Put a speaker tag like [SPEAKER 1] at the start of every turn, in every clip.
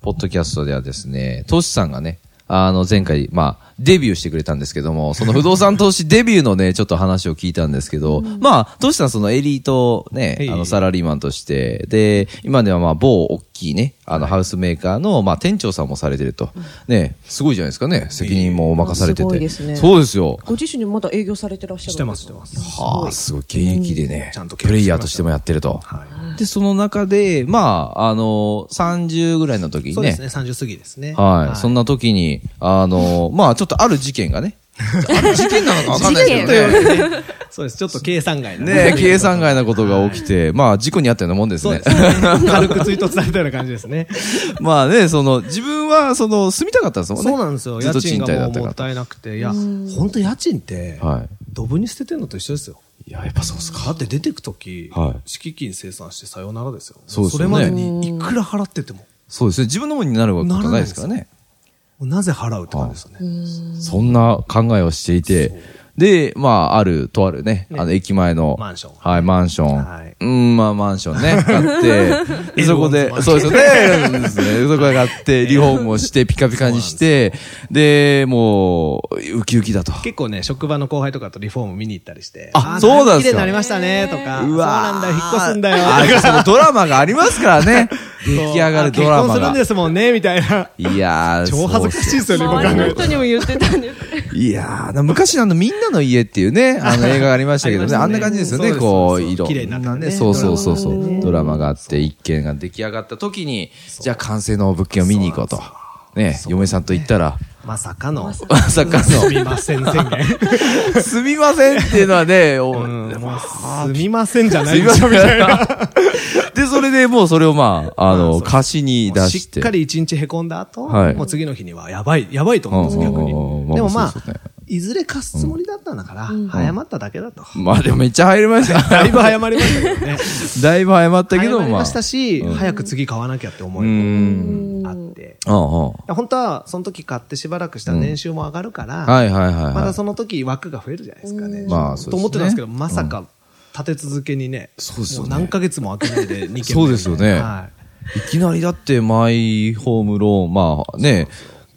[SPEAKER 1] ポッドキャストではですね、トシさんがね、あの、前回、まあ、デビューしてくれたんですけども、その不動産投資デビューのね、ち ょっと話を聞いたんですけど、まあ、トシさんそのエリートね、あの、サラリーマンとして、で、今ではまあ、某大きいね、あの、ハウスメーカーの、まあ、店長さんもされてると。ね、すごいじゃないですかね、責任も任されて
[SPEAKER 2] すごい
[SPEAKER 1] て。
[SPEAKER 2] ですね
[SPEAKER 1] そうですよ。
[SPEAKER 2] ご自身でまだ営業されてらっしゃる
[SPEAKER 3] してますしてます
[SPEAKER 1] はあ、すごい、現役でね、
[SPEAKER 3] ちゃんと契約してました
[SPEAKER 1] プレイヤーとしてもやってると。で、その中で、まあ、あの、30ぐらいの時に
[SPEAKER 3] そう
[SPEAKER 1] ね、
[SPEAKER 3] ですね30過ぎですね
[SPEAKER 1] はい、そんな時に、あの、まあ、ちょっとある事件が ね、ある事件なのかわかんないですけどね。
[SPEAKER 3] そうですちょっと計算外な
[SPEAKER 1] ね計算外なことが起きて、まあ、事故にあったようなもんです
[SPEAKER 3] そう
[SPEAKER 1] ね
[SPEAKER 3] で。すね軽く追突されたような感じですね
[SPEAKER 1] まあね、その、自分は、その、住みたかったんですもんね。
[SPEAKER 3] そうなんですよ
[SPEAKER 1] ず
[SPEAKER 3] 家
[SPEAKER 1] っと
[SPEAKER 3] 賃
[SPEAKER 1] 賃
[SPEAKER 3] が
[SPEAKER 1] 貸だ
[SPEAKER 3] も
[SPEAKER 1] っ
[SPEAKER 3] う
[SPEAKER 1] た
[SPEAKER 3] も
[SPEAKER 1] か
[SPEAKER 3] ったいなくていや本当家賃って
[SPEAKER 1] ら。はい。
[SPEAKER 3] ドブに捨ててんのと一緒ですよ
[SPEAKER 1] いや、やっぱそうっすか。
[SPEAKER 3] だって出てく時
[SPEAKER 1] はい
[SPEAKER 3] 敷金清算してさよならですよ
[SPEAKER 1] そうですよね
[SPEAKER 3] れまでにいくら払ってても
[SPEAKER 1] そうですね。自分のものになることはないですからね。
[SPEAKER 3] もうなぜ払うって感じですよね
[SPEAKER 1] そんな考えをしていて、で、まあ、ある、とあるね、あの、駅前の、
[SPEAKER 3] マンション
[SPEAKER 1] はい、マンション。
[SPEAKER 3] はい
[SPEAKER 1] うん、まあ、マンション ね、買って、で
[SPEAKER 3] L1
[SPEAKER 1] そこで、そうですよね、 うんですねそこで買 って、リフォームをして、ピカピカにして、で、もう、ウキウキだと。
[SPEAKER 3] 結構ね職場の後輩とかとリフォーム見に行ったりして
[SPEAKER 1] あ
[SPEAKER 3] ー
[SPEAKER 1] そうなん
[SPEAKER 3] 綺
[SPEAKER 1] ですよ
[SPEAKER 3] 麗になりましたねとかそう
[SPEAKER 1] う
[SPEAKER 3] なんだよ引っ越すんだよ
[SPEAKER 1] あれそのドラマがありますから ね。出来上がるドラ
[SPEAKER 3] 結婚
[SPEAKER 1] マ
[SPEAKER 3] するんで
[SPEAKER 1] が。
[SPEAKER 3] すもんねみたいない
[SPEAKER 1] やー、
[SPEAKER 3] 超恥ずかしいですよね今考
[SPEAKER 2] 周り
[SPEAKER 3] え
[SPEAKER 2] の
[SPEAKER 3] ると
[SPEAKER 2] 人にも言ってたんです
[SPEAKER 1] いやー、な昔あの、みんなの家っていうね、あの映画がありましたけ どね、あ
[SPEAKER 3] あ
[SPEAKER 1] ん
[SPEAKER 3] り
[SPEAKER 1] な
[SPEAKER 3] ま
[SPEAKER 1] 感じ
[SPEAKER 3] したね
[SPEAKER 1] ですよ
[SPEAKER 3] そう
[SPEAKER 1] ね、
[SPEAKER 3] です
[SPEAKER 1] こう、
[SPEAKER 3] そうです
[SPEAKER 1] 色。
[SPEAKER 3] 綺麗になってね
[SPEAKER 1] そうそうそうそ
[SPEAKER 2] ドラマ
[SPEAKER 1] う。
[SPEAKER 2] がね
[SPEAKER 1] ドラマがあって、一軒が出来上がった時に、じゃあ完成の物件を見に行こうと。ね、嫁さんと行った ら、
[SPEAKER 3] まさかの
[SPEAKER 1] まさか
[SPEAKER 3] す
[SPEAKER 1] の、
[SPEAKER 3] みません宣言。
[SPEAKER 1] すみませんっていうのは ね、お
[SPEAKER 3] すみませんじゃな
[SPEAKER 1] す
[SPEAKER 3] い
[SPEAKER 1] み
[SPEAKER 3] で
[SPEAKER 1] ま
[SPEAKER 3] し
[SPEAKER 1] せ
[SPEAKER 3] ょ
[SPEAKER 1] ん
[SPEAKER 3] みたいな。。
[SPEAKER 1] で、それでもうそれをまあ、あの、貸しに出して。
[SPEAKER 3] しっかり一日凹んだ後、
[SPEAKER 1] はい
[SPEAKER 3] もう次の日にはやばい、やばいと思うんです、
[SPEAKER 1] うん
[SPEAKER 3] 逆に
[SPEAKER 1] うん。
[SPEAKER 3] でも
[SPEAKER 1] まあ
[SPEAKER 3] ま
[SPEAKER 1] そうですよ
[SPEAKER 3] あ
[SPEAKER 1] ね、
[SPEAKER 3] いずれ貸すつもりだったんだから、早まっただけだと。
[SPEAKER 1] まあでもめっちゃ入りまし
[SPEAKER 3] だ
[SPEAKER 1] た。
[SPEAKER 3] いぶ早まりましたけどね。
[SPEAKER 1] だいぶ早まったけ
[SPEAKER 3] 早
[SPEAKER 1] ど、
[SPEAKER 3] まり
[SPEAKER 1] まあ
[SPEAKER 3] まし。たし、早く次買わなきゃって思
[SPEAKER 1] う
[SPEAKER 3] い
[SPEAKER 1] ん。
[SPEAKER 3] もあって。
[SPEAKER 1] ああ、あ
[SPEAKER 3] 本当は、その時買ってしばらくしたら年収も上がるから、
[SPEAKER 1] あはいはいはいはい。
[SPEAKER 3] またその時枠が増えるじゃないですかね。
[SPEAKER 1] まあそうですね
[SPEAKER 3] と思ってたんですけど、まさか立て続けにね、
[SPEAKER 1] そうですよね
[SPEAKER 3] も何ヶ月も空 けないで2件目
[SPEAKER 1] そうですよね
[SPEAKER 3] はい
[SPEAKER 1] いきなりだってマイホームローン、まあね、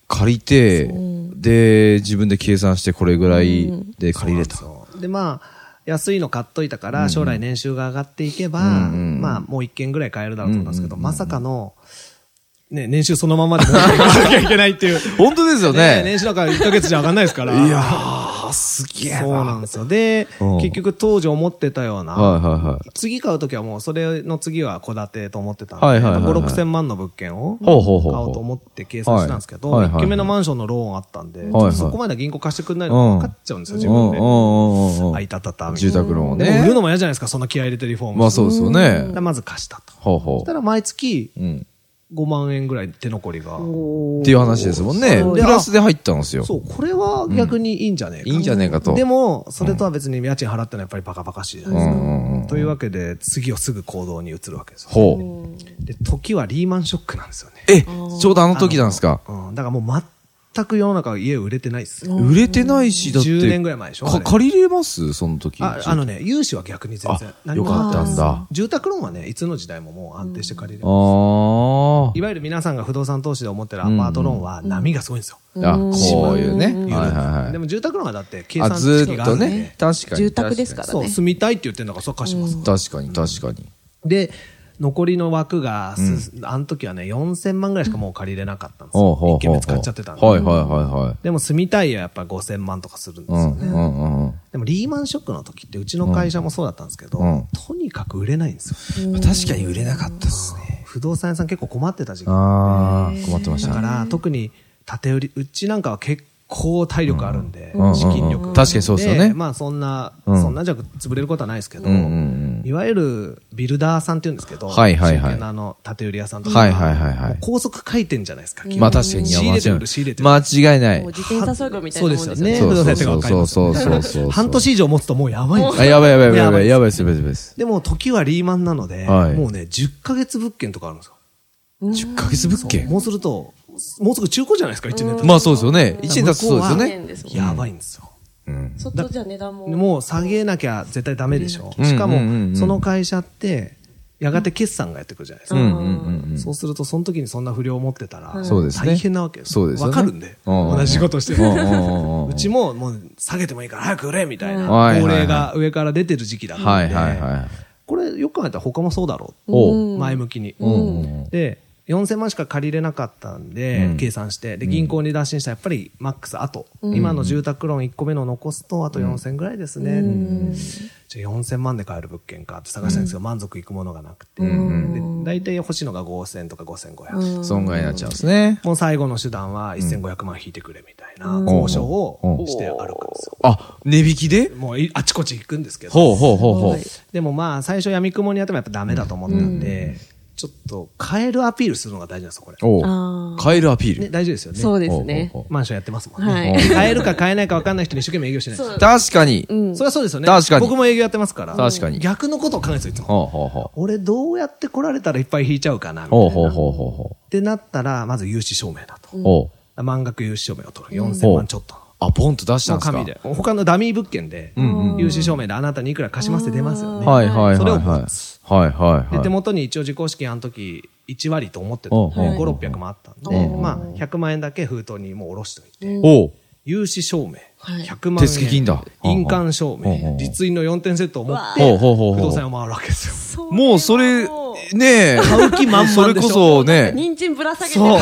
[SPEAKER 1] 借りて、で、自分で計算してこれぐらいで借りれた。
[SPEAKER 3] そうで、まあ、安いの買っといたから、将来年収が上がっていけば、
[SPEAKER 1] ん
[SPEAKER 3] まあ、もう1件ぐらい買えるだろうと思ったんですけど、まさかの、ね、年収そのままでもう一件買わなきゃいけないって いう。
[SPEAKER 1] 本当ですよ
[SPEAKER 3] ね、
[SPEAKER 1] ね。
[SPEAKER 3] 年収なんか1ヶ月じゃ上がんないですから。
[SPEAKER 1] いやー、すげえな。
[SPEAKER 3] そうなんですよ。で、
[SPEAKER 1] うん
[SPEAKER 3] 結局当時思ってたような、
[SPEAKER 1] はいはいはい。
[SPEAKER 3] 次買うときはもう、それの次は戸建てと思ってたんで、
[SPEAKER 1] はいはいはいはい
[SPEAKER 3] 5、6千万の物件を買
[SPEAKER 1] ほう
[SPEAKER 3] おう
[SPEAKER 1] ほうほうほう
[SPEAKER 3] と思って計算してたんですけど、
[SPEAKER 1] はいはいはい
[SPEAKER 3] 1軒目のマンションのローンあったんで、
[SPEAKER 1] いはい
[SPEAKER 3] そこまで銀行貸してくれないの分かっちゃうんですよ、自分で。
[SPEAKER 1] うんうんうんうん
[SPEAKER 3] あいたたたみたい
[SPEAKER 1] 住
[SPEAKER 3] な。
[SPEAKER 1] 宅ローン
[SPEAKER 3] でも売る
[SPEAKER 1] ね。
[SPEAKER 3] のも嫌じゃないですか、そんな気合い入れてリフォームして。
[SPEAKER 1] まあそうですよね
[SPEAKER 3] だか。らまず貸したと。
[SPEAKER 1] ほう
[SPEAKER 3] そ
[SPEAKER 1] ほ
[SPEAKER 3] したら毎月
[SPEAKER 1] う。うん。
[SPEAKER 3] 5万円ぐらい手残りが。
[SPEAKER 1] っていう話ですもんね。プ
[SPEAKER 3] で
[SPEAKER 1] ラスで入ったんですよ。
[SPEAKER 3] そう、これは逆にいいんじゃねえか。
[SPEAKER 1] いいんじゃねえかと。
[SPEAKER 3] でも、それとは別に家賃払ってのはやっぱりバカバカしいじゃないですか。というわけで、次をすぐ行動に移るわけですよ。
[SPEAKER 1] ほう。
[SPEAKER 3] で、時はリーマンショックなんですよね。
[SPEAKER 1] え、ちょうどあの時なんですか。
[SPEAKER 3] うん。だからもう全く世の中は家売れてないっすよ。
[SPEAKER 1] 売れてないし、だって。
[SPEAKER 3] 10年ぐらい前でしょあ
[SPEAKER 1] か
[SPEAKER 3] れ
[SPEAKER 1] 借りれますその時。
[SPEAKER 3] ああのね、融資は逆に全然
[SPEAKER 1] あ、
[SPEAKER 3] 何
[SPEAKER 1] よ
[SPEAKER 3] も
[SPEAKER 1] かったんだ。
[SPEAKER 3] 住宅ローンはね、いつの時代ももう安定して借りれる。
[SPEAKER 1] あ
[SPEAKER 3] いわゆる皆さんが不動産投資で思ってるアパートローンは波がすごいんですよ。
[SPEAKER 1] あ。あ、こういうね。はいはい
[SPEAKER 3] で
[SPEAKER 1] はい。
[SPEAKER 3] も住宅ローンはだって計
[SPEAKER 1] あ、
[SPEAKER 3] 算
[SPEAKER 1] ず
[SPEAKER 3] 式
[SPEAKER 1] ー
[SPEAKER 3] が
[SPEAKER 1] っ
[SPEAKER 3] ある
[SPEAKER 1] と
[SPEAKER 3] んで、
[SPEAKER 1] ね。確かに。
[SPEAKER 2] 住宅ですから
[SPEAKER 3] そう、
[SPEAKER 2] ね。
[SPEAKER 3] 住みたいって言ってんだから、そう貸します。
[SPEAKER 1] 確かに。確かに、確かに。
[SPEAKER 3] で、残りの枠がす、あの時はね、4000万ぐらいしかもう借りれなかったんです
[SPEAKER 1] ほ
[SPEAKER 3] よ。
[SPEAKER 1] うほうほう
[SPEAKER 3] 一軒目使っちゃってたんで。
[SPEAKER 1] はいはいはいはい。
[SPEAKER 3] でも住みたいはやっぱ5000万とかするんで
[SPEAKER 1] う
[SPEAKER 3] すよ
[SPEAKER 1] ん
[SPEAKER 3] ね。
[SPEAKER 1] うんうんうん。
[SPEAKER 3] でもリーマンショックの時ってうちの会社もそうだったんですけど、
[SPEAKER 1] うん
[SPEAKER 3] とにかく売れないんですよ。
[SPEAKER 1] 確かに売れなかったっすね。
[SPEAKER 3] 不動産屋さん結構困ってた時期。だ
[SPEAKER 1] ああ、困ってました。
[SPEAKER 3] から特に縦売り、うちなんかは結構体力あるんで、
[SPEAKER 1] うんうんうん
[SPEAKER 3] 資金力。
[SPEAKER 1] 確かにそうですよね
[SPEAKER 3] まあそんな、
[SPEAKER 1] うん
[SPEAKER 3] そんなじゃ潰れることはないですけど、
[SPEAKER 1] うんうんうん。
[SPEAKER 3] いわゆるビルダーさんって言うんですけど、
[SPEAKER 1] はいはいはい
[SPEAKER 3] 真剣なあの、建売り屋さんとか、
[SPEAKER 1] はいはいはいはい。
[SPEAKER 3] 高速回転じゃないですか、基本
[SPEAKER 1] まあ確かに
[SPEAKER 3] 仕入れてくる仕入れてくる
[SPEAKER 1] 間違いない。
[SPEAKER 2] もう
[SPEAKER 1] 間違い
[SPEAKER 2] 自転車操業みたいなもんですよ
[SPEAKER 3] そう
[SPEAKER 2] ね
[SPEAKER 3] です
[SPEAKER 1] そう
[SPEAKER 3] よね。不
[SPEAKER 1] そ
[SPEAKER 3] 動
[SPEAKER 1] う
[SPEAKER 3] 産やってるから分かります
[SPEAKER 1] そうそうそうそうそう
[SPEAKER 3] 半年以上持つともうやばいんです
[SPEAKER 1] あ、
[SPEAKER 3] よ
[SPEAKER 1] やばいやばいや
[SPEAKER 3] や
[SPEAKER 1] ば
[SPEAKER 3] ばい
[SPEAKER 1] いやばいですやばいですやばいです。
[SPEAKER 3] でも、時はリーマンなので、
[SPEAKER 1] はい
[SPEAKER 3] もうね、10ヶ月物件とかあるんですよ。
[SPEAKER 1] 10ヶ月物件
[SPEAKER 3] もうすると、もうすぐ中古じゃないですか、1年経つと
[SPEAKER 1] まあそうですよね。1年経つとそうですよ
[SPEAKER 2] 向こうは
[SPEAKER 1] ね。
[SPEAKER 2] ねですもん
[SPEAKER 3] やばいんですよ。
[SPEAKER 1] うん
[SPEAKER 2] そっとじゃあ値段も。
[SPEAKER 3] もう下げなきゃ絶対ダメでしょ。
[SPEAKER 1] うん
[SPEAKER 3] しか
[SPEAKER 1] うんうんうんうん
[SPEAKER 3] も、その会社って、やがて決算がやってくるじゃないです
[SPEAKER 1] うん
[SPEAKER 3] か。
[SPEAKER 1] うんうん
[SPEAKER 3] そうすると、その時にそんな不良を持ってたら、
[SPEAKER 1] そうですね
[SPEAKER 3] 大変なわけ
[SPEAKER 1] そうですよね
[SPEAKER 3] わかるんで、
[SPEAKER 1] うん
[SPEAKER 3] 同じ仕事して
[SPEAKER 1] う
[SPEAKER 3] る。
[SPEAKER 1] んうんうんうん
[SPEAKER 3] うちも、もう下げてもいいから早く売れみたいな、
[SPEAKER 1] はい
[SPEAKER 3] 号令が上から出てる時期だっ
[SPEAKER 1] うん。は
[SPEAKER 3] た
[SPEAKER 1] い
[SPEAKER 3] んで、
[SPEAKER 1] はいはい。
[SPEAKER 3] これよく考えたら他もそうだろう。
[SPEAKER 1] おう。
[SPEAKER 3] 前向きに。
[SPEAKER 1] うんうん
[SPEAKER 3] で、4000万しか借りれなかったんで、
[SPEAKER 1] うん
[SPEAKER 3] 計算して、で、銀行に打診したらやっぱりマックスあと、今の住宅ローン1個目の残すと、あと4000ぐらいですね。じゃあ4000万で買える物件かって探したんですけど、満足いくものがなくて、で大体欲しいのが5000とか5500。
[SPEAKER 1] 損害になっちゃうんですね。
[SPEAKER 3] もう最後の手段は1500万引いてくれみたいな交渉をして歩くんですよ。
[SPEAKER 1] あ、値引きで
[SPEAKER 3] もういあちこち行くんですけど、
[SPEAKER 1] ほうほうほうほう
[SPEAKER 2] すごい。
[SPEAKER 3] でもまあ、最初闇雲にやってもやっぱダメだと思ったんで、ちょっと変えるアピールするのが大事なんですよ、これ。
[SPEAKER 1] おう。
[SPEAKER 2] あー
[SPEAKER 1] カエルアピー
[SPEAKER 3] ね、
[SPEAKER 1] ル。
[SPEAKER 3] 大事ですよね。
[SPEAKER 2] そうですね。
[SPEAKER 1] おうおうおう
[SPEAKER 3] マンションやってますもんね。
[SPEAKER 2] はい
[SPEAKER 3] 変えるか変えないか分かんない人に一生懸命営業しないです
[SPEAKER 2] そう
[SPEAKER 1] 確かに。
[SPEAKER 3] それはそうですよね。
[SPEAKER 1] 確かに
[SPEAKER 3] 僕も営業やってますから。
[SPEAKER 1] 確かに
[SPEAKER 3] 逆のことを考えてるんですよ。
[SPEAKER 1] ほうほうほう。
[SPEAKER 3] 俺どうやって来られたらいっぱい引いちゃうかなみたい
[SPEAKER 1] ほう
[SPEAKER 3] な。
[SPEAKER 1] ほう
[SPEAKER 3] っ
[SPEAKER 1] ほうほうほ
[SPEAKER 3] てなったら、まず融資証明だと
[SPEAKER 1] う。。おう。
[SPEAKER 3] 満額融資証明を取る。4000万ちょっと。
[SPEAKER 1] あ、ポンと出したん
[SPEAKER 3] の
[SPEAKER 1] ですか
[SPEAKER 3] 紙で。他のダミー物件で、融資証明であなたにいくら貸しますって出ますよね。
[SPEAKER 1] はいはいはいはい。
[SPEAKER 3] それを
[SPEAKER 1] はい
[SPEAKER 3] 持つ
[SPEAKER 1] はいはい。
[SPEAKER 3] で、手元に一応自己資金あの時、1割と思ってた。
[SPEAKER 1] うん
[SPEAKER 3] 5、600もあったんで、
[SPEAKER 1] う
[SPEAKER 3] まあ、100万円だけ封筒にもう下ろしておいて。
[SPEAKER 1] おう。
[SPEAKER 3] 融資証明、
[SPEAKER 2] はい
[SPEAKER 3] 100万
[SPEAKER 1] 手
[SPEAKER 3] 円。
[SPEAKER 1] 付金だ
[SPEAKER 3] 印鑑証
[SPEAKER 1] ほうほう
[SPEAKER 3] 明、実印の4点セットを持って、
[SPEAKER 1] ほうほうほうほう
[SPEAKER 3] 不動産を回るわけですよ。
[SPEAKER 1] もうそれ、ねえ。
[SPEAKER 3] 買う気満々でしょ
[SPEAKER 1] それこそね。
[SPEAKER 2] 人参ぶら下げてる。うわ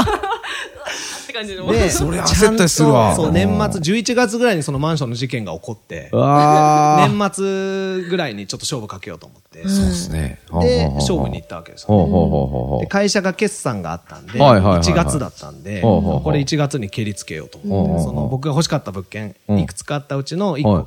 [SPEAKER 2] って感じの。
[SPEAKER 3] で、
[SPEAKER 1] そりゃ焦ったりするわ
[SPEAKER 3] ちゃんとそうう、
[SPEAKER 1] ん
[SPEAKER 3] 年末、11月ぐらいにそのマンションの事件が起こって、
[SPEAKER 1] あ
[SPEAKER 3] 年末ぐらいにちょっと勝負かけようと思って、
[SPEAKER 1] あ。そうですね。
[SPEAKER 3] で、勝負に行ったわけですよ
[SPEAKER 1] ほうほうほうほうほう。
[SPEAKER 3] で会社が決算があったんで、
[SPEAKER 1] はいはいはいはい
[SPEAKER 3] 1月だったんで、
[SPEAKER 1] ほうほうほう
[SPEAKER 3] これ1月に蹴りつけようと思
[SPEAKER 1] ほう
[SPEAKER 3] っ
[SPEAKER 1] ほう
[SPEAKER 3] て、
[SPEAKER 1] ほ
[SPEAKER 3] そうの僕が欲しかった物件、
[SPEAKER 1] うん
[SPEAKER 3] いくつかあったうちの1個が。
[SPEAKER 1] はい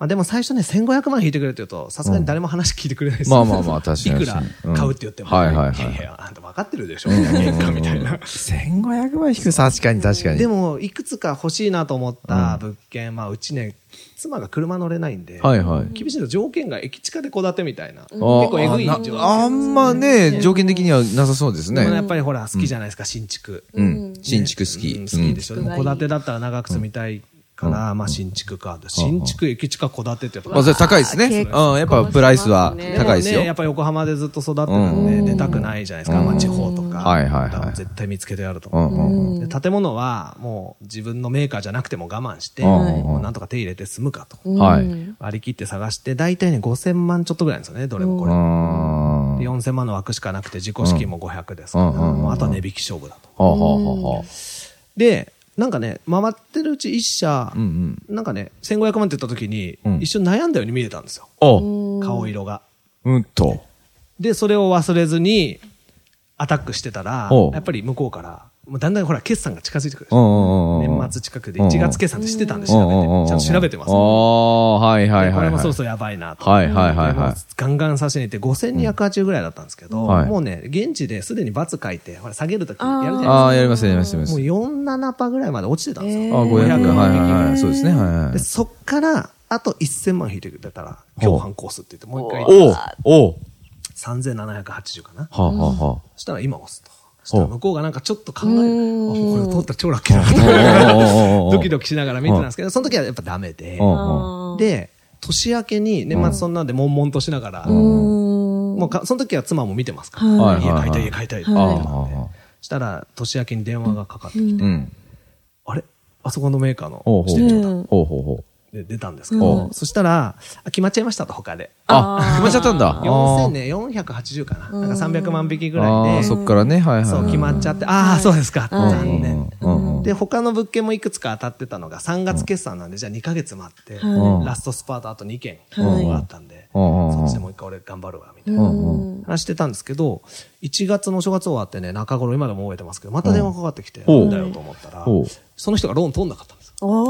[SPEAKER 3] まあでも最初ね、1500万引いてくれって言うと、さすがに誰も話聞いてくれないです
[SPEAKER 1] まあまあまあ確かに
[SPEAKER 3] いくら買うって言っても、
[SPEAKER 1] うんはいはいはい
[SPEAKER 3] ややあんた分かってるでしょ、原価 みたいな。
[SPEAKER 1] 1500万引く。確かに確かに。
[SPEAKER 3] でも、いくつか欲しいなと思った物件、まあうちね、妻が車乗れないんで、
[SPEAKER 1] はいはい。
[SPEAKER 3] 厳しいの条件が駅近で戸建てみたいな、結
[SPEAKER 1] あー
[SPEAKER 3] 構えぐい
[SPEAKER 1] あ
[SPEAKER 3] 条
[SPEAKER 1] な
[SPEAKER 3] 件。
[SPEAKER 1] あんまね、条件的にはなさそうです
[SPEAKER 3] でもや
[SPEAKER 1] ね
[SPEAKER 3] っ。ぱりほら、好きじゃないですか、新築。
[SPEAKER 1] うん。新築好
[SPEAKER 3] うん
[SPEAKER 1] き。
[SPEAKER 3] 好きでしょ。
[SPEAKER 2] う
[SPEAKER 3] で
[SPEAKER 2] ん
[SPEAKER 3] も、戸建てだったら長く住みたいから、まあ、新築か。新築、駅近戸建てってやっぱ、
[SPEAKER 1] うんまあそれ高いですね。
[SPEAKER 2] 結
[SPEAKER 1] うん。やっぱプライスは
[SPEAKER 2] でもね
[SPEAKER 1] 高いです
[SPEAKER 3] ね、や
[SPEAKER 1] よ
[SPEAKER 3] っ。ぱ横浜でずっと育ってるんで、
[SPEAKER 1] うん
[SPEAKER 3] 出たくないじゃないですか、まあ、地方とか。
[SPEAKER 1] はいはいはい
[SPEAKER 3] だから絶対見つけてやると
[SPEAKER 1] うんう
[SPEAKER 3] 思
[SPEAKER 1] んうん。
[SPEAKER 3] う。で建物は、もう自分のメーカーじゃなくても我慢して、
[SPEAKER 1] うん
[SPEAKER 3] もうなんとか手入れて住むかと。
[SPEAKER 1] はい。
[SPEAKER 3] 割り切って探して、大体ね、5000万ちょっとぐらいなんですよね、どれもこれ。
[SPEAKER 1] うん。
[SPEAKER 3] で4000万の枠しかなくて、自己資金も500ですから、
[SPEAKER 1] うんうんうんうん
[SPEAKER 3] もうあとは値引き勝負だと。
[SPEAKER 1] ほうほうほうほ
[SPEAKER 3] で、なんかね、回ってるうち一社、
[SPEAKER 1] う。うん
[SPEAKER 3] なんかね、1500万って言った時に、
[SPEAKER 1] うん
[SPEAKER 3] 一瞬悩んだように見えたんですよ。
[SPEAKER 1] うん。お
[SPEAKER 3] 顔色が。
[SPEAKER 1] うんと。
[SPEAKER 3] で、それを忘れずに、アタックしてたら
[SPEAKER 1] おう、
[SPEAKER 3] やっぱり向こうから、もうだんだんほら、決算が近づいてくるでし
[SPEAKER 1] うんう
[SPEAKER 3] ょ。
[SPEAKER 1] んうんうん。
[SPEAKER 3] 年末近くで
[SPEAKER 1] うんうん
[SPEAKER 3] 1月決算って知ってたんで調べ
[SPEAKER 1] うんうんうんうん
[SPEAKER 3] て、ちゃんと調べてます。
[SPEAKER 1] ああ、はいはいはいは
[SPEAKER 3] で
[SPEAKER 1] い。
[SPEAKER 3] これもそろそろやばいなと。
[SPEAKER 1] はいはいはいはい
[SPEAKER 3] でもガンガン差しに行って、5280ぐらいだったんですけど、
[SPEAKER 1] はい
[SPEAKER 3] もうね、現地ですでに罰書いて、ほら、下げるときやるじゃないですか。
[SPEAKER 1] ああ、やりますやりますやります。
[SPEAKER 3] もう47%ぐらいまで落ちてたんですよ。
[SPEAKER 1] ああ、500円。はいはいはい。そうですね。はいはい
[SPEAKER 3] で、。そっから、あと1000万引いてくれたら、今日反抗すって言って、もう一回、
[SPEAKER 1] おうおう
[SPEAKER 3] 3780かな。
[SPEAKER 1] はあ、はあは
[SPEAKER 3] そしたら今押すと。そしたら
[SPEAKER 1] ほう
[SPEAKER 3] 向こうがなんかちょっと考える。あ、もうこれ通ったら超ラッキーだ
[SPEAKER 1] あ、おうおうおうおう
[SPEAKER 3] な。ドキドキしながら見てたんですけど、その時はやっぱダメで
[SPEAKER 1] お。うおう
[SPEAKER 3] で、年明けに年末そんなんで悶々としながら、もうかその時は妻も見てますから、
[SPEAKER 1] はい
[SPEAKER 3] 家
[SPEAKER 1] はいはい
[SPEAKER 3] 買いたい、家買いたいって
[SPEAKER 1] あ
[SPEAKER 3] 言ってたんで。
[SPEAKER 1] あ
[SPEAKER 3] そしたら年明けに電話がかかってきて、
[SPEAKER 1] うん。
[SPEAKER 3] あれあそこのメーカーの
[SPEAKER 1] ほうほう
[SPEAKER 3] 支店長だ
[SPEAKER 1] ほうほうほう。
[SPEAKER 3] で出たんですけ
[SPEAKER 1] う
[SPEAKER 3] ど
[SPEAKER 1] ん、
[SPEAKER 3] そしたら、あ決まっちゃいましたと、他で。
[SPEAKER 1] あ、決まっちゃったんだ。
[SPEAKER 3] 4000ね、480かな。なんか300万匹ぐ
[SPEAKER 1] あ
[SPEAKER 3] ら
[SPEAKER 1] あ、
[SPEAKER 3] いで
[SPEAKER 1] そ、っからね。はいはい。
[SPEAKER 3] そう、決まっちゃって、ああ、そうですか、残念。
[SPEAKER 1] うん。
[SPEAKER 3] で、他の物件もいくつか当たってたのが、3月決算なんで、じゃあ2ヶ月待って、
[SPEAKER 1] はい
[SPEAKER 3] ラストスパートあと2件
[SPEAKER 1] はい
[SPEAKER 3] あったんで、
[SPEAKER 1] うん。
[SPEAKER 3] そっちでもう一回俺頑張るわ、みたいうなん話してたんですけど、1月のお正月終わってね、中頃、今でも覚えてますけど、また電話かかってきて、
[SPEAKER 1] うん
[SPEAKER 3] なんだよと思ったら
[SPEAKER 1] ほう、
[SPEAKER 3] その人がローン取んなかったんですよ。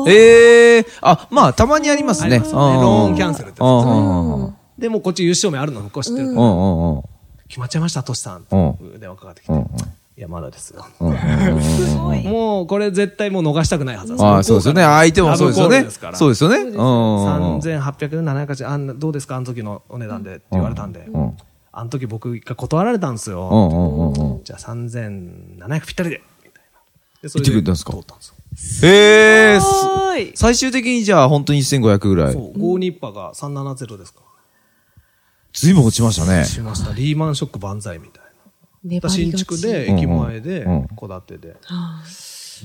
[SPEAKER 1] ええあ、まあ、たまにありますね。
[SPEAKER 3] ありますよねローンキャンセルってやつですね
[SPEAKER 1] うんうんうんうん
[SPEAKER 3] で、もうこっち優勝名あるの僕は知ってる
[SPEAKER 1] う
[SPEAKER 3] から、
[SPEAKER 1] んうんうん。
[SPEAKER 3] 決まっちゃいました、トシさん。
[SPEAKER 1] う
[SPEAKER 3] 電話かかってきて。
[SPEAKER 1] うんうん
[SPEAKER 3] いや、まだですよ。
[SPEAKER 1] うんうんうん
[SPEAKER 2] すごい。
[SPEAKER 3] もう、これ絶対もう逃したくないはず
[SPEAKER 1] ああ、そうですよね。相手もそうですよね。そう
[SPEAKER 3] う
[SPEAKER 1] ですよね。うんうんうん。
[SPEAKER 3] 3800円、700円、あんどうですかあの時のお値段でって言われたんで。
[SPEAKER 1] うん
[SPEAKER 3] あの時僕が断られたんです
[SPEAKER 1] う
[SPEAKER 3] よ。
[SPEAKER 1] んうんうんうん。
[SPEAKER 3] じゃあ3700ぴったりで。みたいな。で、そ
[SPEAKER 1] 言ってくれたんですか
[SPEAKER 3] 通ったんですよ。
[SPEAKER 1] ええ
[SPEAKER 2] すごい
[SPEAKER 1] 最終的にじゃあ本当に1500ぐらい
[SPEAKER 3] そ。う、5ニッパが370ですか
[SPEAKER 1] ずいぶん落ちました
[SPEAKER 3] ら
[SPEAKER 1] ね
[SPEAKER 3] ね。。しました。リーマンショック万歳みたいな。
[SPEAKER 2] 粘り
[SPEAKER 3] 新
[SPEAKER 2] 勝
[SPEAKER 3] 築
[SPEAKER 2] ち
[SPEAKER 3] で、駅前で
[SPEAKER 1] うんうん、
[SPEAKER 3] 戸建てで。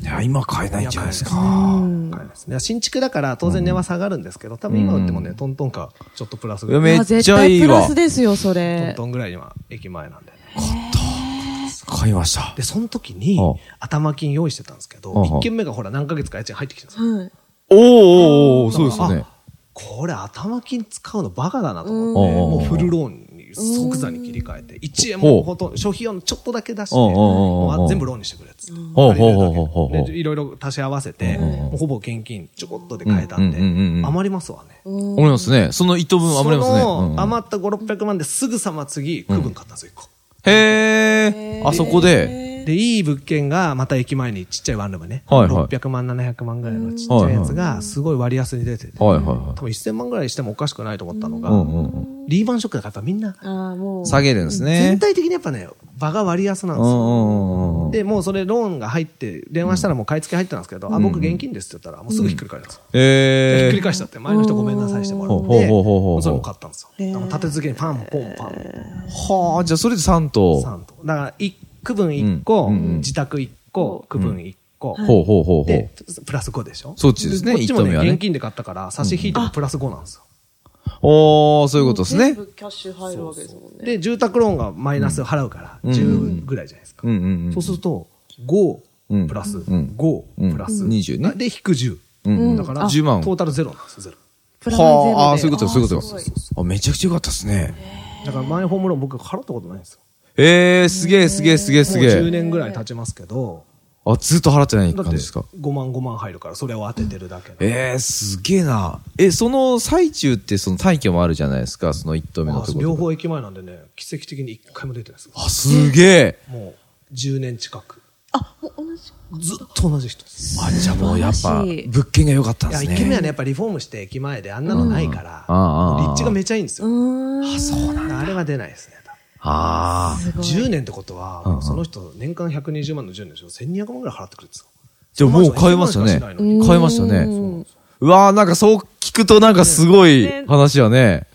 [SPEAKER 1] いや、今買えないんじゃないです
[SPEAKER 3] い
[SPEAKER 1] か。
[SPEAKER 3] 買えないですね新築だから当然値は下がるんですけど、多分今売ってもね、トントンか、ちょっとプラスぐらい。
[SPEAKER 1] めっちゃいい
[SPEAKER 2] あ絶対プラ
[SPEAKER 1] わ
[SPEAKER 2] ス。ですよ、そ
[SPEAKER 3] トン
[SPEAKER 2] れ。
[SPEAKER 3] トンぐらいには駅前なんで。
[SPEAKER 1] 買いました
[SPEAKER 3] で、。その時に
[SPEAKER 1] うん、
[SPEAKER 3] 頭金用意してたんですけど、
[SPEAKER 1] うん
[SPEAKER 3] 1軒目がほら何ヶ月か家賃入ってきてるんですよ。
[SPEAKER 2] はい。
[SPEAKER 1] おーおーおーそうですよね
[SPEAKER 3] あ。これ頭金使うのバカだなと思って、
[SPEAKER 1] うん
[SPEAKER 3] もうフルローンに即座に切り替えて、1円もほとんど、消費用のちょっとだけ出して、
[SPEAKER 1] うんうんうんうん
[SPEAKER 3] もう全部ローンにしてくれっつって。
[SPEAKER 1] ほうほうほうほうほう
[SPEAKER 3] 借りれるだけでいろいろ足し合わせて、もうほぼ現金ちょこっとで買えたんで、
[SPEAKER 1] うんうんうんうん
[SPEAKER 3] 余りますわね。
[SPEAKER 1] 思いますね。その一等分余りますね
[SPEAKER 3] その
[SPEAKER 1] うんうん。
[SPEAKER 3] 余った5、600万ですぐさま次、区分買ったんですよ、一個。
[SPEAKER 1] へえ。あそこで。
[SPEAKER 3] で、いい物件が、また駅前にちっちゃいワンルームね。
[SPEAKER 1] はいはい
[SPEAKER 3] 600万、700万ぐらいのちっちゃいやつが、すごい割安に出てて。
[SPEAKER 1] はいはいは
[SPEAKER 3] 多分1000万ぐらいしてもおかしくないと思ったの
[SPEAKER 1] い。
[SPEAKER 3] が、
[SPEAKER 1] うんうんうん。
[SPEAKER 3] リーマンショックだからやっぱみんな、
[SPEAKER 2] ああ、もう。
[SPEAKER 1] 下げるんですね
[SPEAKER 3] 全。体的にやっぱね、場が割安なん
[SPEAKER 1] う
[SPEAKER 3] で
[SPEAKER 1] ん
[SPEAKER 3] す
[SPEAKER 1] う
[SPEAKER 3] よ。
[SPEAKER 1] んうんうん。
[SPEAKER 3] で、もうそれローンが入って、電話したらもう買い付け入ってたんですけど、あ、僕現金ですって言ったら、もうすぐひっくり返るんですよ。ひっ
[SPEAKER 1] ええ
[SPEAKER 3] くり。返しちゃって、前の人ごめんなさいしてもらっ
[SPEAKER 1] ほうほう
[SPEAKER 3] て、
[SPEAKER 1] ほうほうほう
[SPEAKER 3] それも買ったんですよ。だからもう立て続けにパン、ポン、パン、
[SPEAKER 1] はあ、じゃあそれで3等。
[SPEAKER 3] パンと。だから、一区分1個、
[SPEAKER 1] うんうんうん
[SPEAKER 3] 自宅1個、区分1個、
[SPEAKER 1] ほうほうほうほ
[SPEAKER 3] で
[SPEAKER 1] う。、
[SPEAKER 3] プラス5でしょ
[SPEAKER 1] そっちですね
[SPEAKER 3] こっちも
[SPEAKER 1] 一等目
[SPEAKER 3] ね、
[SPEAKER 1] はね
[SPEAKER 3] 現金で買ったから、差し引いてもプラス5なんですよ。
[SPEAKER 1] おー、そういうことです
[SPEAKER 2] 全
[SPEAKER 1] ね。
[SPEAKER 2] 部キャッシュ入るわけですもんね。
[SPEAKER 3] で、住宅ローンがマイナス払うから、10ぐらいじゃないですか
[SPEAKER 1] うん。うんうん
[SPEAKER 3] そう。すると、5プラス、
[SPEAKER 1] ん
[SPEAKER 3] 5プラス、
[SPEAKER 1] うん20ね
[SPEAKER 3] で、引く10。
[SPEAKER 1] うん
[SPEAKER 3] だから、
[SPEAKER 1] あ10万
[SPEAKER 3] トータルゼロなんですよ、ゼロ。
[SPEAKER 2] プラマイゼロで
[SPEAKER 1] はあ、あーそういうことそういうこと
[SPEAKER 2] あーす
[SPEAKER 1] あ、めちゃくちゃ良かったですね。
[SPEAKER 3] だから、マイホームローン僕払ったことないんですよ。
[SPEAKER 1] えー、すげえすげえすげえすげ
[SPEAKER 3] もう10
[SPEAKER 1] え。
[SPEAKER 3] 年ぐらい経ちますけど、
[SPEAKER 1] あ、ずっと払ってない感
[SPEAKER 3] だって
[SPEAKER 1] じですか。
[SPEAKER 3] 5万5万入るから、それを当ててるだけで。
[SPEAKER 1] えー、すげえな。え、その最中ってその退去もあるじゃないですか、その一投目の
[SPEAKER 3] あ
[SPEAKER 1] ところ。
[SPEAKER 3] 両方駅前なんでね、奇跡的に1回も出てないですよ。
[SPEAKER 1] あ、すげえ。
[SPEAKER 3] もう、10年近く。
[SPEAKER 2] ごいあ、もう同じ。
[SPEAKER 3] ずっと同じ人です。
[SPEAKER 1] あ、じゃあもうやっぱ、
[SPEAKER 2] 素晴らしい
[SPEAKER 1] 物件が良かったん
[SPEAKER 3] い
[SPEAKER 1] で
[SPEAKER 3] や、
[SPEAKER 1] す
[SPEAKER 3] 1軒目
[SPEAKER 1] ね。
[SPEAKER 3] はね、やっぱリフォームして駅前であんなのないから、
[SPEAKER 1] うんああ
[SPEAKER 3] もう立地がめちゃいいんですよ。
[SPEAKER 2] うーん。
[SPEAKER 3] あれが出ないですね。
[SPEAKER 1] ああ。
[SPEAKER 2] すごい。
[SPEAKER 3] 10年ってことは、もうその人、年間120万の10年でしょ ?1200 万ぐらい払ってくるんですよ。
[SPEAKER 1] じゃあもう買いましたね。
[SPEAKER 3] うん
[SPEAKER 1] 買いましたね。うわー、なんかそう聞くとなんかすごい話やね。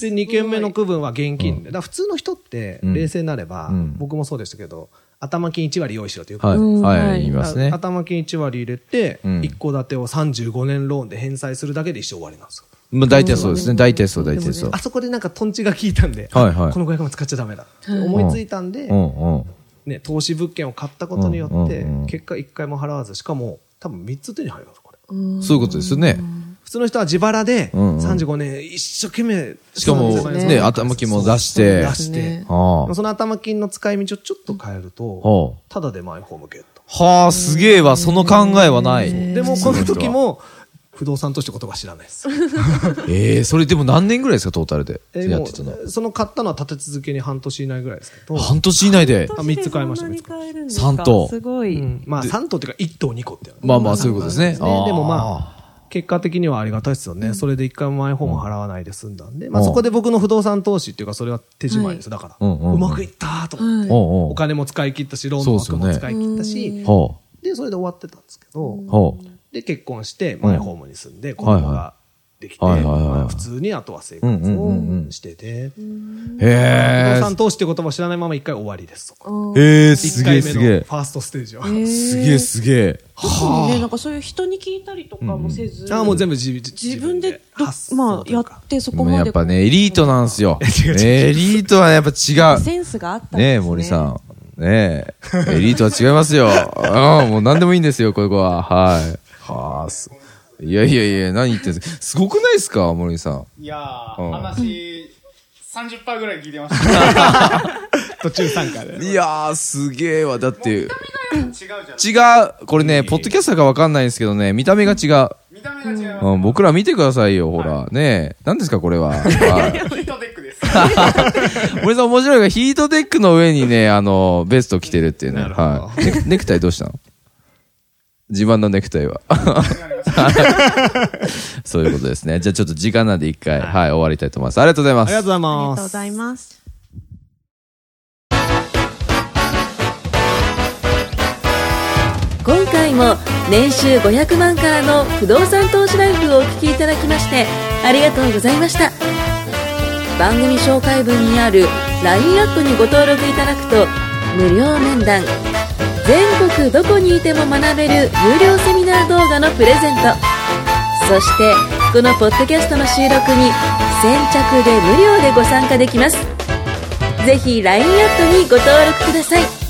[SPEAKER 3] で、2軒目の区分は現金で。だから普通の人って、
[SPEAKER 1] ん
[SPEAKER 3] 冷静になれば、
[SPEAKER 1] うん
[SPEAKER 3] 僕もそうでしたけど、頭金1割用意しろってよく
[SPEAKER 1] はい。
[SPEAKER 3] 言う
[SPEAKER 2] うん
[SPEAKER 1] は、
[SPEAKER 2] はいい
[SPEAKER 1] 言いますね。
[SPEAKER 3] 頭金1割入れて、
[SPEAKER 1] うん
[SPEAKER 3] 一戸建てを35年ローンで返済するだけで一生終わりなんですよ。
[SPEAKER 1] まあ大体そうですね。大体そう、大体
[SPEAKER 2] で
[SPEAKER 1] そ
[SPEAKER 2] も
[SPEAKER 1] う
[SPEAKER 3] あ。そこでなんかトンチが効いたんで、
[SPEAKER 1] はいはい
[SPEAKER 3] この500万使っちゃダメだって思いついたんで、
[SPEAKER 1] うんうん。
[SPEAKER 3] ね、投資物件を買ったことによって、
[SPEAKER 1] うんうんうん
[SPEAKER 3] 結果1回も払わず、しかも多分3つ手に入るんですよこれ。
[SPEAKER 1] そういうことですよね。
[SPEAKER 3] 普通の人は自腹で、
[SPEAKER 1] うんうん
[SPEAKER 3] 35年一生懸命、
[SPEAKER 1] しかも、
[SPEAKER 3] そうです
[SPEAKER 1] ね、頭金も出し
[SPEAKER 3] そう
[SPEAKER 1] て。
[SPEAKER 3] 出
[SPEAKER 1] は
[SPEAKER 3] し
[SPEAKER 2] そうです
[SPEAKER 3] て
[SPEAKER 2] ね。
[SPEAKER 1] あ
[SPEAKER 3] その頭金の使い道をちょっと変える
[SPEAKER 1] ほ
[SPEAKER 3] と、ただでマイホームゲット。
[SPEAKER 1] はあ、すげえわ。その考えはない。
[SPEAKER 3] でも、
[SPEAKER 1] 普通
[SPEAKER 3] この
[SPEAKER 1] 人は
[SPEAKER 3] 時。も、不動産として言葉知らないです。
[SPEAKER 1] ええ、それでも何年ぐらいですか、トータルで。
[SPEAKER 3] え
[SPEAKER 1] や
[SPEAKER 3] も
[SPEAKER 1] ってたの。
[SPEAKER 3] うその買ったのは立て続けに半年以内ぐらいですけど、
[SPEAKER 1] 半年以内で。
[SPEAKER 3] あ三つ買いました
[SPEAKER 2] 三
[SPEAKER 3] 三
[SPEAKER 2] つ
[SPEAKER 3] つ
[SPEAKER 2] 買
[SPEAKER 3] 買
[SPEAKER 2] えるんで
[SPEAKER 1] す
[SPEAKER 2] すか
[SPEAKER 1] か
[SPEAKER 2] す
[SPEAKER 1] す
[SPEAKER 2] ご
[SPEAKER 3] う
[SPEAKER 2] い。
[SPEAKER 3] んまあ3棟というか1棟2棟ってやる
[SPEAKER 1] まあまあ、そういうことですね。
[SPEAKER 3] ね、でもま
[SPEAKER 1] あ
[SPEAKER 3] あ、結果的にはありがたいですよね。それで一回もマイホーム払わないで済んだんで、まあそこで僕の不動産投資っていうか、それは手仕まいですよ。だから、
[SPEAKER 1] うんうんうん
[SPEAKER 3] うまくいったーと思って、
[SPEAKER 1] ー。おうお
[SPEAKER 3] お
[SPEAKER 1] う
[SPEAKER 3] 金も使い切ったし、ローンの
[SPEAKER 1] そ
[SPEAKER 3] 枠
[SPEAKER 1] うで
[SPEAKER 3] も
[SPEAKER 1] すよ
[SPEAKER 3] 使
[SPEAKER 1] ね
[SPEAKER 3] い切ったし、
[SPEAKER 1] ほ
[SPEAKER 3] で、それで終わってたんですけど、
[SPEAKER 1] う。ほう。
[SPEAKER 3] で、結婚して、マイホームに住んで、子
[SPEAKER 1] はい
[SPEAKER 3] 供ができて、
[SPEAKER 1] はいはいはいはい
[SPEAKER 3] まあ普通にあとは生活
[SPEAKER 1] うんうんうんう
[SPEAKER 3] を
[SPEAKER 1] ん
[SPEAKER 3] してて、不
[SPEAKER 1] へ
[SPEAKER 3] 動
[SPEAKER 1] え。
[SPEAKER 3] 産投資って言葉を知らないまま一回終わりです。
[SPEAKER 1] ええ、
[SPEAKER 3] 一
[SPEAKER 1] すげ
[SPEAKER 3] 回
[SPEAKER 1] え
[SPEAKER 3] 目
[SPEAKER 1] す
[SPEAKER 3] の
[SPEAKER 1] げ
[SPEAKER 3] ファ
[SPEAKER 1] え。
[SPEAKER 3] ーストステージは。
[SPEAKER 1] すげえすげえ。
[SPEAKER 2] 特にね、なんかそういう人に聞いたりとかもせず、
[SPEAKER 3] ああ、もう全部自
[SPEAKER 2] 自分でど
[SPEAKER 3] 発想
[SPEAKER 2] まあ
[SPEAKER 3] とい
[SPEAKER 2] や
[SPEAKER 3] う
[SPEAKER 2] っ
[SPEAKER 3] か
[SPEAKER 2] てそ
[SPEAKER 1] で
[SPEAKER 2] こ
[SPEAKER 1] も
[SPEAKER 2] まで
[SPEAKER 1] やっぱね、エリートなんですよ。
[SPEAKER 3] 違う違う
[SPEAKER 1] ねエリートはやっぱ違う。
[SPEAKER 2] センスがあったんですね
[SPEAKER 1] ねえ、森さん。ねえ、エリートは違います よ。うん、もう何でもいいんですよ、ここは。はい。はあ、す。いやいやいや、何言ってんですすごくないですか、森さん。
[SPEAKER 4] いや
[SPEAKER 1] う
[SPEAKER 4] ー、
[SPEAKER 1] ん
[SPEAKER 4] 話、30%ぐらい聞いてました。途中参加で。違う
[SPEAKER 1] いやー、すげえわ。だって、
[SPEAKER 4] じゃ
[SPEAKER 1] 違
[SPEAKER 4] ん。
[SPEAKER 1] う。これね、ポッドキャスターかわかんないんですけどね、見た目が違う。
[SPEAKER 4] 見見た目が違います。
[SPEAKER 1] うん、僕ら見てくださいよ、ほら。ねえ。何ですか、これは。はい
[SPEAKER 4] ヒートテックです。
[SPEAKER 1] 森さん面白いが、ヒートテックの上にね、あの、ベスト着てるっていうね。
[SPEAKER 3] なるほど
[SPEAKER 1] はい。ネクネクタイどうしたの自慢のネクタイ は。そういうことですね。じゃあちょっと時間なんで一回、はい、終わりたいと思います。ありがとうござい
[SPEAKER 3] あ
[SPEAKER 1] ま
[SPEAKER 3] り
[SPEAKER 1] す
[SPEAKER 3] がとう。ござい
[SPEAKER 2] あり
[SPEAKER 3] ま
[SPEAKER 2] がとうご
[SPEAKER 3] す。
[SPEAKER 2] ざいます。
[SPEAKER 5] 今回も年収500万からの不動産投資ライフをお聞きいただきましてありがとうございました番組紹介文にある LINE アップにご登録いただくと無料面談全国どこにいても学べる有料セミナー動画のプレゼントそしてこのポッドキャストの収録に先着で無料でご参加できますぜひ LINE アットにご登録ください